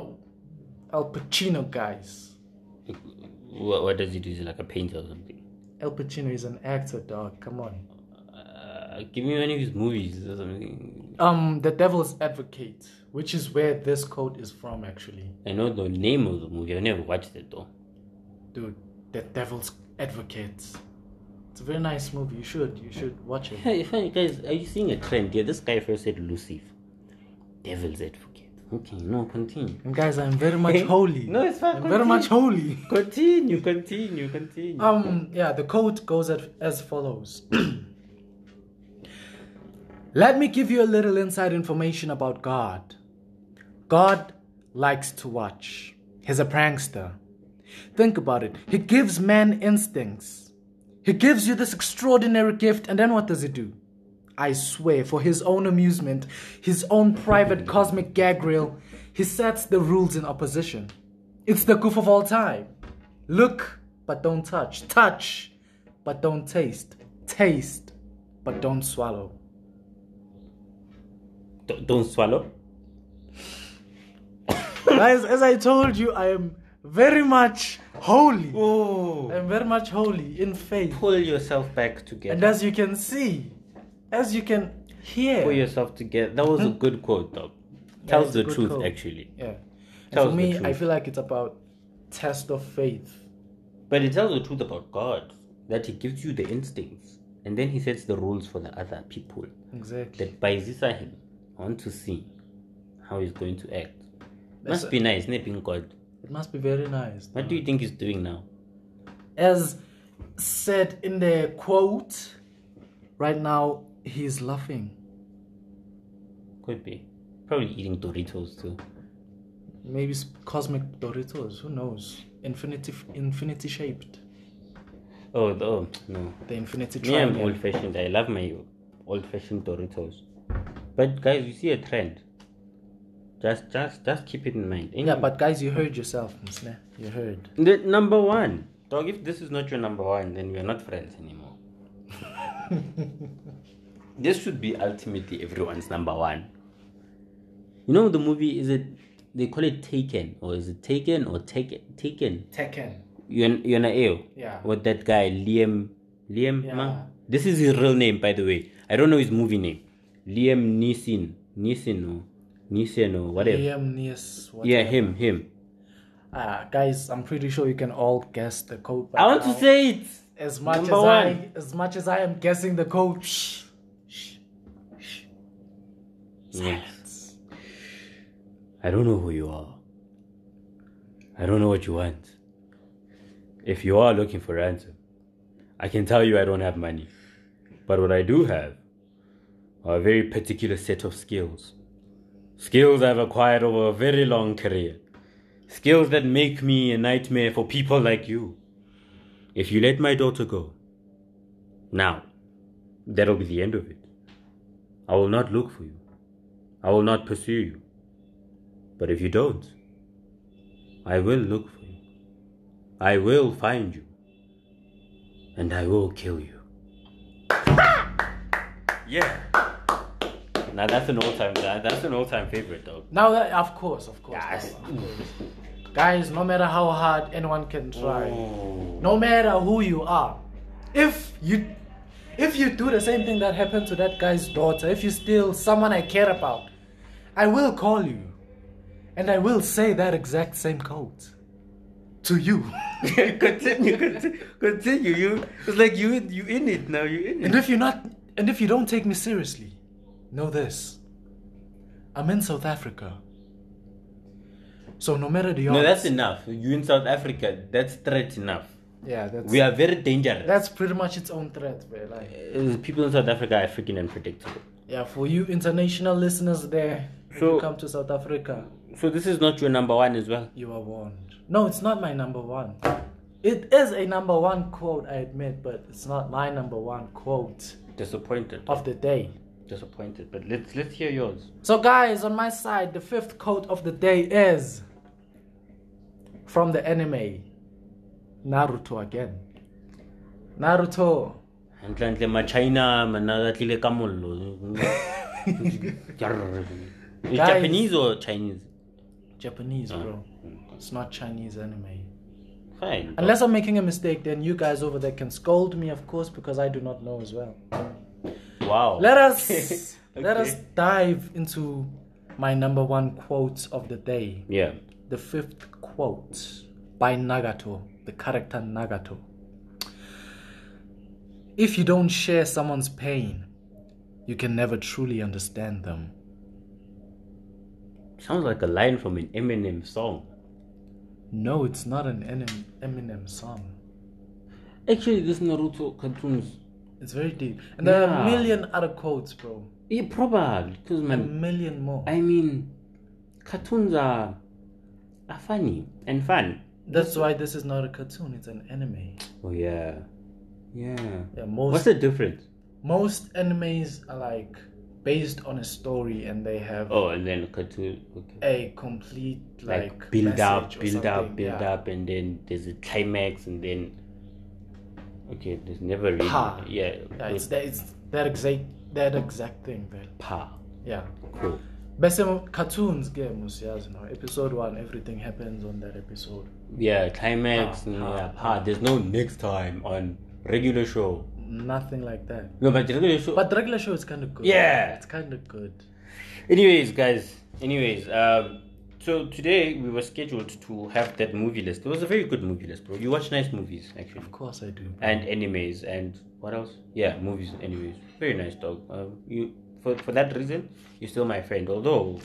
Speaker 2: Al Pacino, guys.
Speaker 1: what, what does he do is he like a painter or something
Speaker 2: Al Pacino is an actor, dog. Come on.
Speaker 1: uh, give me one of his movies or something
Speaker 2: Um, The Devil's Advocate, which is where this quote is from, actually.
Speaker 1: i know the name of the movie i've never watched it though
Speaker 2: Dude, The Devil's Advocate. It's a very nice movie. You should. You should watch it.
Speaker 1: Hey, hey, guys, are you seeing a trend here? This guy first said Lucifer, devil's advocate. Okay, no, continue.
Speaker 2: And guys, I'm very much holy.
Speaker 1: No, it's fine,
Speaker 2: I'm very
Speaker 1: continue.
Speaker 2: much holy.
Speaker 1: Continue, continue, continue.
Speaker 2: Um, yeah, the quote goes as, as follows. Let me give you a little inside information about God. God likes to watch. He's a prankster. Think about it. He gives man instincts. He gives you this extraordinary gift, and then what does he do? I swear, for his own amusement, his own private cosmic gag reel, he sets the rules in opposition. It's the goof of all time. Look, but don't touch. Touch, but don't taste. Taste, but don't swallow.
Speaker 1: D- don't swallow.
Speaker 2: Guys, as I told you, I am very much holy.
Speaker 1: Oh.
Speaker 2: I'm very much holy in faith.
Speaker 1: Pull yourself back
Speaker 2: And
Speaker 1: together.
Speaker 2: as you can see, as you can hear.
Speaker 1: Pull yourself together. That was a good quote, though. Tells
Speaker 2: it's
Speaker 1: the
Speaker 2: Hmm? a good
Speaker 1: truth,
Speaker 2: quote.
Speaker 1: actually.
Speaker 2: Yeah. And
Speaker 1: Tell
Speaker 2: for
Speaker 1: us the
Speaker 2: me, I
Speaker 1: truth.
Speaker 2: feel like it's about test of faith.
Speaker 1: But it tells the truth about God that He gives you the instincts and then He sets the rules for the other people.
Speaker 2: Exactly.
Speaker 1: That by this I him, I want to see how He's going to act.
Speaker 2: That's Hmm.
Speaker 1: Must be nice, isn't it, being God?
Speaker 2: It must be very nice.
Speaker 1: What do you think He's doing now?
Speaker 2: As said in the quote, right now he's laughing.
Speaker 1: Could be. Probably eating Doritos too.
Speaker 2: Maybe it's cosmic Doritos, who knows? Infinity infinity shaped.
Speaker 1: Oh, th- oh no.
Speaker 2: The infinity
Speaker 1: Me, I'm
Speaker 2: triangle.
Speaker 1: old fashioned. I love my old fashioned Doritos. But guys, you see a trend. Just, just, just keep it in mind.
Speaker 2: yeah, but guys, you heard yourself, Msne. You heard.
Speaker 1: The number one. Dog, if this is not your number one, then we are not friends anymore. this should be ultimately everyone's number one. You know the movie is it they call it Taken or is it Taken or Take Taken?
Speaker 2: Tekken.
Speaker 1: Yon Yonaeo.
Speaker 2: Yeah.
Speaker 1: With that guy Liam Liam
Speaker 2: Yeah.
Speaker 1: Ma? This is his real name by the way. I don't know his movie name. Liam Neeson. Neeson or Neeson or whatever.
Speaker 2: Liam Nees. what-
Speaker 1: yeah, him, him.
Speaker 2: Ah, guys, I'm pretty sure you can all guess the code. by
Speaker 1: I want to
Speaker 2: now.
Speaker 1: say it.
Speaker 2: as much
Speaker 1: Number
Speaker 2: as I
Speaker 1: one.
Speaker 2: as much as I am guessing the code. Shh, shh, shh. Silence.
Speaker 1: I don't know who you are. I don't know what you want. If you are looking for ransom, I can tell you I don't have money. But what I do have are a very particular set of skills. Skills I've acquired over a very long career. Skills that make me a nightmare for people like you. If you let my daughter go, now, that'll be the end of it. I will not look for you. I will not pursue you. But if you don't, I will look for you. I will find you. And I will kill you. yeah. Now that's an all-time that- that's an all-time favorite though.
Speaker 2: Now that of course, of course, of course. guys. No matter how hard anyone can try,
Speaker 1: Mm.
Speaker 2: no matter who you are, if you if you do the same thing that happened to that guy's daughter, if you steal someone I care about, I will call you, and I will say that exact same code to you.
Speaker 1: continue, continue, continue. You it's like you you in it now, you in
Speaker 2: And if you're not, and if you don't take me seriously, know this. I'm in South Africa. So no matter the
Speaker 1: No,
Speaker 2: odds-
Speaker 1: that's enough. You in South Africa, that's threat enough.
Speaker 2: yeah, that's
Speaker 1: We are very dangerous.
Speaker 2: that's pretty much its own threat, bro. Like,
Speaker 1: Uh, People in South Africa are freaking unpredictable.
Speaker 2: yeah, for you international listeners there, if
Speaker 1: So-
Speaker 2: you come to South Africa,
Speaker 1: So this is not your number one as well.
Speaker 2: you are warned. No, it's not my number one. It is a number one quote, I admit, but it's not my number one quote
Speaker 1: Disappointed.
Speaker 2: of the day.
Speaker 1: disappointed. But let's let's hear yours.
Speaker 2: So, guys, on my side, the fifth quote of the day is from the anime Naruto again. Naruto.
Speaker 1: hantle hantle machina mana a tlile ka mollo Jarr. Is
Speaker 2: Guys.
Speaker 1: japanese or chinese
Speaker 2: Japanese, bro. It's not Chinese anime.
Speaker 1: fine
Speaker 2: Unless I'm making a mistake, then you guys over there can scold me, of course, because I do not know as well.
Speaker 1: wow
Speaker 2: Let us let
Speaker 1: Okay.
Speaker 2: us dive into my number one quote of the day.
Speaker 1: yeah
Speaker 2: the fifth quote by Nagato, the character Nagato. If you don't share someone's pain, you can never truly understand them.
Speaker 1: sounds like a line from an eminem song
Speaker 2: No, it's not an Enem- Eminem song.
Speaker 1: actually this naruto cartoons
Speaker 2: It's very deep. And there are a
Speaker 1: Yeah.
Speaker 2: million other quotes, bro.
Speaker 1: yeah probably because
Speaker 2: A
Speaker 1: man
Speaker 2: million more.
Speaker 1: i mean cartoons are are funny and fun
Speaker 2: That's why this is not a cartoon, it's an anime.
Speaker 1: oh yeah yeah
Speaker 2: Yeah,
Speaker 1: what's
Speaker 2: most
Speaker 1: the difference
Speaker 2: most animes are like based on a story and they have
Speaker 1: Oh, and then cartoon. Okay.
Speaker 2: a complete like,
Speaker 1: Like, build
Speaker 2: message
Speaker 1: up,
Speaker 2: or
Speaker 1: build up,
Speaker 2: something,
Speaker 1: build
Speaker 2: yeah.
Speaker 1: up, and then there's a climax, and then. Okay, there's never really.
Speaker 2: Pa.
Speaker 1: Yeah.
Speaker 2: Yeah, it's that it's that exact that exact thing then.
Speaker 1: pa.
Speaker 2: Yeah.
Speaker 1: Cool.
Speaker 2: Best cartoons game was yes, no. Episode one, everything happens on that episode.
Speaker 1: Yeah, climax.
Speaker 2: Pa,
Speaker 1: and
Speaker 2: pa,
Speaker 1: yeah, pa. There's no next time on regular show.
Speaker 2: Nothing like that.
Speaker 1: No, but regular show.
Speaker 2: But regular show is kind of good.
Speaker 1: Yeah.
Speaker 2: it's kind of good.
Speaker 1: Anyways, guys. Anyways, um, so today we were scheduled to have that movie list. It was a very good movie list, bro. You watch nice movies, actually,
Speaker 2: Of course I do.
Speaker 1: and animes, and what else? Yeah, movies, and animes. Very nice, dog. Um, you for for that reason, you're still my friend. Although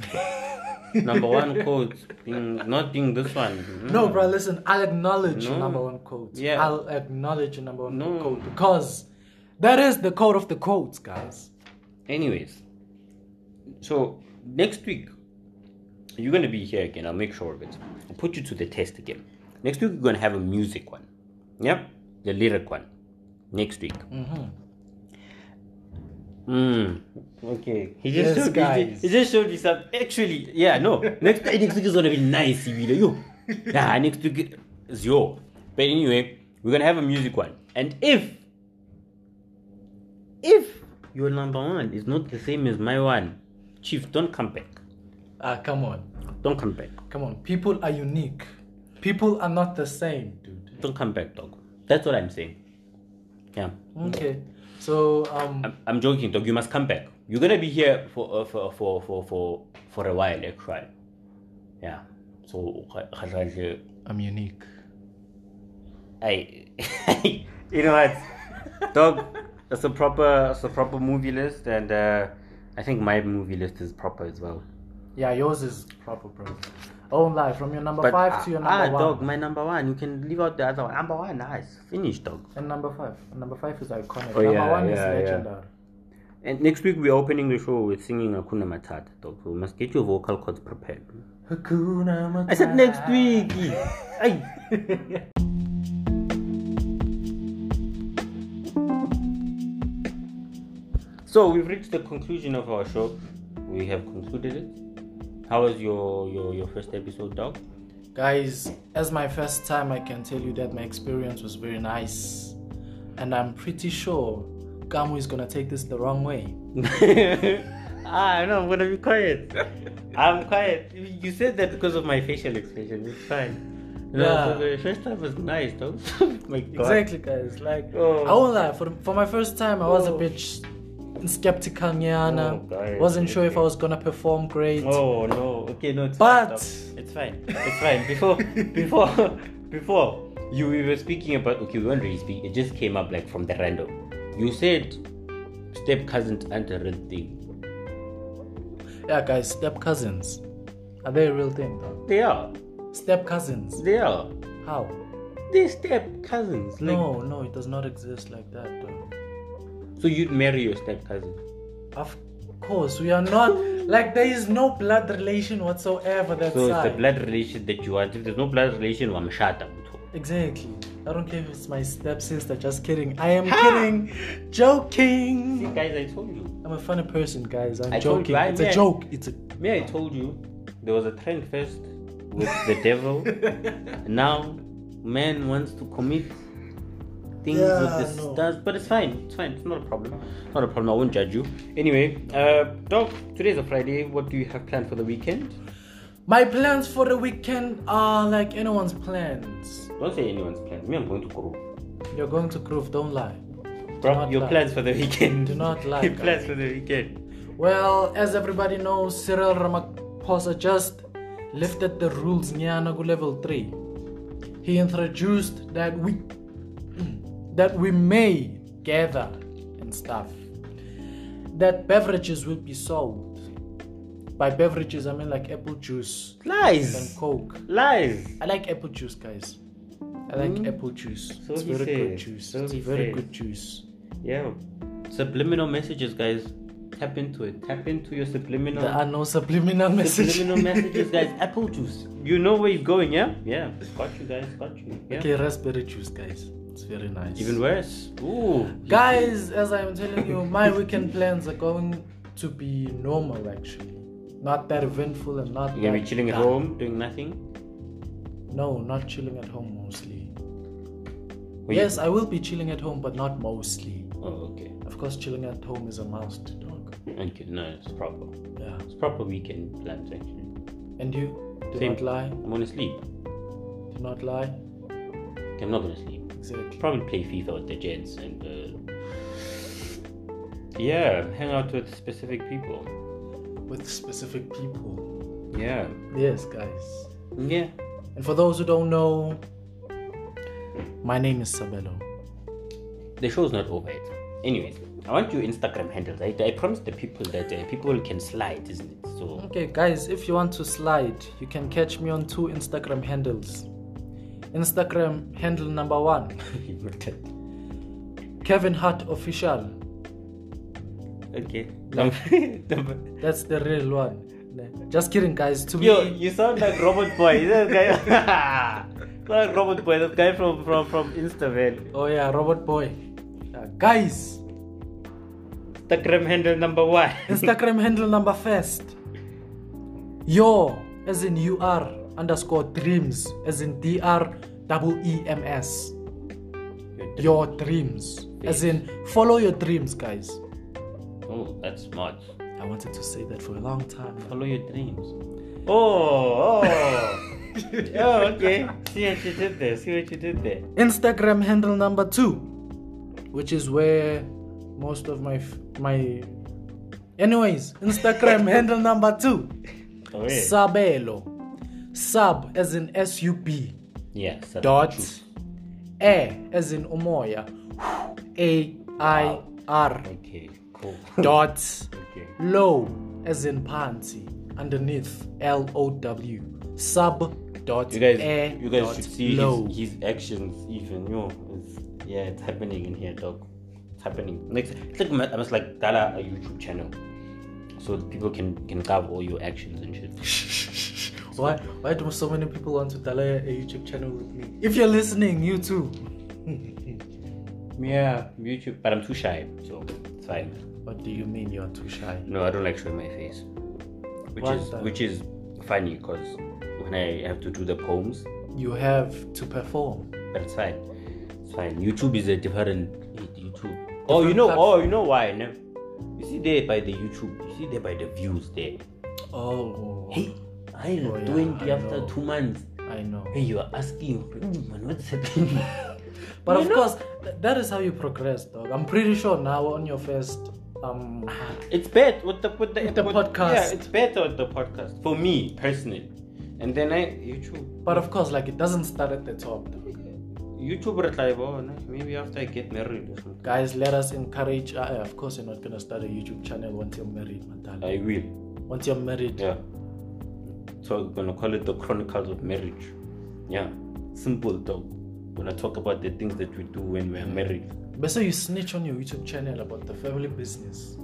Speaker 1: number one quote, being, not being this one. Mm.
Speaker 2: No, bro. Listen, I acknowledge your
Speaker 1: No.
Speaker 2: number one quote.
Speaker 1: Yeah.
Speaker 2: I'll acknowledge your number one
Speaker 1: No.
Speaker 2: quote because that is the code of the quotes, guys.
Speaker 1: Anyways, so next week you're gonna be here again. I'll make sure of it. I'll put you to the test again. Next week we're gonna have a music one. Yep, the lyric one. Next week.
Speaker 2: Mm-hmm.
Speaker 1: Mm. Okay. He just
Speaker 2: Yes,
Speaker 1: showed me.
Speaker 2: guys.
Speaker 1: He just showed me some. Actually, yeah, no. Next next week is gonna be nice, Ibile. Yo. Nah, next week is yo. But anyway, we're gonna have a music one. And if if your number one is not the same as my one, Chief, don't come back.
Speaker 2: Ah, come on,
Speaker 1: Don't come back.
Speaker 2: come on. People are unique. People are not the same, dude.
Speaker 1: Don't come back, dog. That's what I'm saying. Yeah.
Speaker 2: Okay. So um,
Speaker 1: I'm, I'm joking, dog. You must come back. You're gonna be here for uh, for, for for for for a while, actually. Yeah. So I
Speaker 2: I'm unique.
Speaker 1: uh, I you know what, dog. That's a proper that's a proper movie list, and uh, I think my movie list is proper as well.
Speaker 2: Yeah, yours is proper, bro. Own life from your number
Speaker 1: But
Speaker 2: five
Speaker 1: ah,
Speaker 2: to your
Speaker 1: ah,
Speaker 2: number one.
Speaker 1: dog, my number one. You can leave out the other one. Number one, nice. Finish, dog.
Speaker 2: And number five. Number five is iconic.
Speaker 1: Oh,
Speaker 2: number
Speaker 1: yeah,
Speaker 2: one is
Speaker 1: yeah, yeah.
Speaker 2: legendary.
Speaker 1: And next week we're opening the show with singing Akuna Matata, dog. So we must get your vocal cords prepared.
Speaker 2: Hakuna Matata.
Speaker 1: I said next week. Ay. so we've reached the conclusion of our show. We have concluded it. How was your your, your first episode, dog?
Speaker 2: Guys, as my first time, I can tell you that my experience was very nice. And I'm pretty sure Gamu is gonna take this the wrong way.
Speaker 1: ah, no, I'm gonna be quiet. I'm quiet. You said that because of my facial expression. It's fine. No,
Speaker 2: Yeah.
Speaker 1: so the first time was nice, though. my God.
Speaker 2: Exactly, guys. Like,
Speaker 1: Oh.
Speaker 2: I won't lie, for, for my first time, I was a
Speaker 1: Oh.
Speaker 2: bit sh- skeptical, Nyana.
Speaker 1: Oh, guys,
Speaker 2: Wasn't sure if I
Speaker 1: okay.
Speaker 2: was gonna perform great.
Speaker 1: Oh no. Okay, no. It's
Speaker 2: But-
Speaker 1: fine, dog. it's fine. It's fine. Before, before, before you we were speaking about. Okay, we weren't really speaking. It just came up like from the random. You said step cousin aren't a real thing.
Speaker 2: Yeah, guys, step cousins. Are they a real thing, though?
Speaker 1: They are.
Speaker 2: Step cousins.
Speaker 1: They are.
Speaker 2: How?
Speaker 1: They step cousins. Like,
Speaker 2: No, no, it does not exist like that, though.
Speaker 1: So you'd marry your step cousin.
Speaker 2: Of course, we are not like there is no blood relation whatsoever. That's
Speaker 1: So it's the blood relation that you want. If there's no blood relation, I'm shut up.
Speaker 2: Exactly. I don't care if it's my stepsister. Just kidding. I am kidding. Joking.
Speaker 1: Guys, I told you.
Speaker 2: I'm a funny person, guys. I'm
Speaker 1: I told
Speaker 2: joking.
Speaker 1: you, I-
Speaker 2: it's
Speaker 1: yeah.
Speaker 2: a joke. It's a
Speaker 1: Me, I told you there was a trend first with the devil. Now, man wants to commit things
Speaker 2: Yeah,
Speaker 1: with the
Speaker 2: no.
Speaker 1: stars, but it's fine. It's fine. It's not a problem. Not a problem. I won't judge you. Anyway, uh, dog. Today's a Friday. What do you have planned for the weekend?
Speaker 2: my plans for the weekend are like anyone's plans.
Speaker 1: Don't say anyone's plans. Me, I'm going to Kuru.
Speaker 2: You're going to groove. Don't lie.
Speaker 1: Bro,
Speaker 2: not
Speaker 1: your
Speaker 2: lie.
Speaker 1: plans for the weekend.
Speaker 2: Do not lie,
Speaker 1: Your
Speaker 2: guys.
Speaker 1: plans for the weekend.
Speaker 2: Well, as everybody knows, Cyril Ramaphosa just lifted the rules Nyanagu level 3. He introduced that we that we may gather and stuff. That beverages will be sold. By beverages I mean like apple juice and
Speaker 1: Lies.
Speaker 2: coke.
Speaker 1: Lies.
Speaker 2: I like apple juice guys. I like apple juice.
Speaker 1: Hmm? So
Speaker 2: it's
Speaker 1: he
Speaker 2: very
Speaker 1: said.
Speaker 2: good juice.
Speaker 1: So
Speaker 2: it's
Speaker 1: he
Speaker 2: very
Speaker 1: said.
Speaker 2: good juice.
Speaker 1: Yeah. Subliminal messages, guys. Tap into it. Tap into your subliminal
Speaker 2: There are no subliminal messages.
Speaker 1: subliminal messages, guys. Apple juice. You know where you're going, yeah? Yeah. Got you, guys. Got you. Yeah.
Speaker 2: Okay, raspberry juice, guys. It's very nice.
Speaker 1: Even worse. Ooh.
Speaker 2: guys, as I'm telling you, my weekend plans are going to be normal actually. Not that eventful and not
Speaker 1: You're gonna be
Speaker 2: that
Speaker 1: chilling at
Speaker 2: dark.
Speaker 1: home, doing nothing.
Speaker 2: No, not chilling at home mostly.
Speaker 1: Or you-
Speaker 2: yes, I will be chilling at home, but not mostly.
Speaker 1: Oh, okay.
Speaker 2: Of course, chilling at home is a must, dog.
Speaker 1: Okay, no, it's proper.
Speaker 2: Yeah.
Speaker 1: It's proper weekend plans actually.
Speaker 2: And you? Do
Speaker 1: Same.
Speaker 2: not lie.
Speaker 1: I'm gonna sleep.
Speaker 2: Do not lie.
Speaker 1: Okay, I'm not gonna sleep.
Speaker 2: Exactly.
Speaker 1: Probably play FIFA with the gents and uh, yeah, hang out with specific people.
Speaker 2: With specific people.
Speaker 1: Yeah,
Speaker 2: Yes, guys.
Speaker 1: yeah.
Speaker 2: And for those who don't know, my name is Sabelo.
Speaker 1: The show's not over yet. Anyways, I want your Instagram handles. I, I promised the people that uh, people can slide, isn't it? So
Speaker 2: Okay, guys, if you want to slide, you can catch me on two Instagram handles. Instagram handle number one, Kevin Hart Official.
Speaker 1: okay. Number- number-
Speaker 2: That's the real one. Just kidding, guys. To
Speaker 1: Yo,
Speaker 2: be
Speaker 1: you sound like Robot Boy. This guy, sound like Robot Boy. That guy from from from Instagram.
Speaker 2: oh yeah, robot boy. Uh, guys,
Speaker 1: Instagram handle number one.
Speaker 2: Instagram handle number first. Yo, as in you are underscore dreams, as in D R double E M S. Your dreams, as in follow your dreams, guys.
Speaker 1: Oh, that's smart.
Speaker 2: I wanted to say that for a long time.
Speaker 1: Follow your dreams. Oh, oh. oh, okay. See what you did there. See what you did there.
Speaker 2: Instagram handle number two, which is where most of my f- my. Anyways, Instagram handle number two,
Speaker 1: Oh, yeah.
Speaker 2: Sabelo, sub as in S U B
Speaker 1: yeah. so-
Speaker 2: dot, air as in umoya, A I R
Speaker 1: Okay. Cool.
Speaker 2: dot,
Speaker 1: Okay.
Speaker 2: low as in panty underneath L O W sub dot
Speaker 1: You guys,
Speaker 2: air
Speaker 1: you guys
Speaker 2: dot
Speaker 1: should see
Speaker 2: Eh, low.
Speaker 1: his, his actions. Even you know, it's, yeah, it's happening in here, dog. It's happening. Next, it's like I was like that a YouTube channel, so people can can cover all your actions and shit.
Speaker 2: Why why do so many people want to delay a YouTube channel with me? If you're listening, you too.
Speaker 1: Yeah, YouTube. But I'm too shy, so it's fine.
Speaker 2: What do you mean you're too shy?
Speaker 1: No, I don't like showing my face, which
Speaker 2: Why
Speaker 1: is
Speaker 2: not?
Speaker 1: which is funny because when I have to do the poems,
Speaker 2: You have to perform.
Speaker 1: but it's fine. It's fine. YouTube is a different YouTube. Oh, you
Speaker 2: Different
Speaker 1: know.
Speaker 2: platform.
Speaker 1: Oh, you know why? No? You see there by the YouTube. You see there by the views there.
Speaker 2: Oh
Speaker 1: Hey, I ain't
Speaker 2: Oh, yeah,
Speaker 1: doing it
Speaker 2: I
Speaker 1: after
Speaker 2: know.
Speaker 1: two months.
Speaker 2: I know.
Speaker 1: Hey, you are asking, "Mm, man, what's happening?
Speaker 2: But of course th- that is how you progress dog. I'm pretty sure now on your first um
Speaker 1: it's bad with the with the,
Speaker 2: With the
Speaker 1: with-
Speaker 2: podcast.
Speaker 1: Yeah, it's better with the podcast for me personally. And then I YouTube,
Speaker 2: but of course like it doesn't start at the top dog.
Speaker 1: YouTube reliable. no? Maybe after I get married or something.
Speaker 2: Guys, let us encourage uh, of course you're not gonna start a YouTube channel once you're married, Matala.
Speaker 1: I will.
Speaker 2: Once you're married.
Speaker 1: Yeah. So I'm gonna call it the Chronicles of Marriage. Yeah, simple dog. Gonna talk about the things that we do when we're married.
Speaker 2: But so you snitch on your YouTube channel about the family business.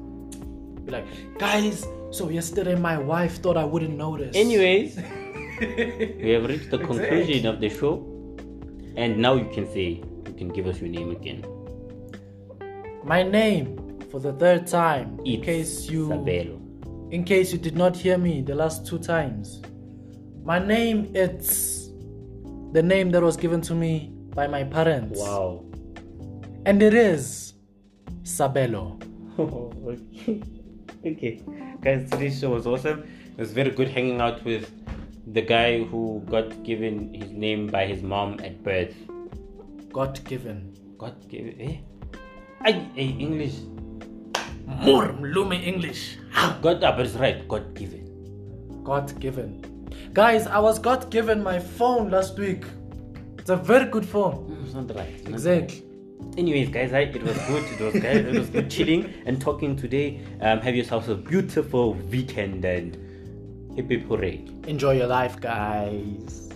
Speaker 2: Be like, guys, so yesterday my wife thought I wouldn't notice.
Speaker 1: Anyways, we have reached the conclusion of the show, and now you can say you can give us your name again.
Speaker 2: my name for the third time, in
Speaker 1: It's
Speaker 2: case you
Speaker 1: Sabelo.
Speaker 2: in case you did not hear me the last two times. My name it's the name that was given to me by my parents.
Speaker 1: Wow.
Speaker 2: And it is Sabelo.
Speaker 1: okay. okay, guys, today's show was awesome. It was very good hanging out with the guy who got given his name by his mom at birth.
Speaker 2: God given.
Speaker 1: God gave eh? I, eh, English.
Speaker 2: More Lume English.
Speaker 1: God, ah, but it's right. God given.
Speaker 2: God given. Guys, I was God given my phone last week. It's a very good phone.
Speaker 1: Mm, It's not right. It's not
Speaker 2: Exactly.
Speaker 1: Anyways, guys, I, it was good. It was good. It was good chilling and talking today. Um, have yourselves a beautiful weekend and happy hooray.
Speaker 2: Enjoy your life, guys.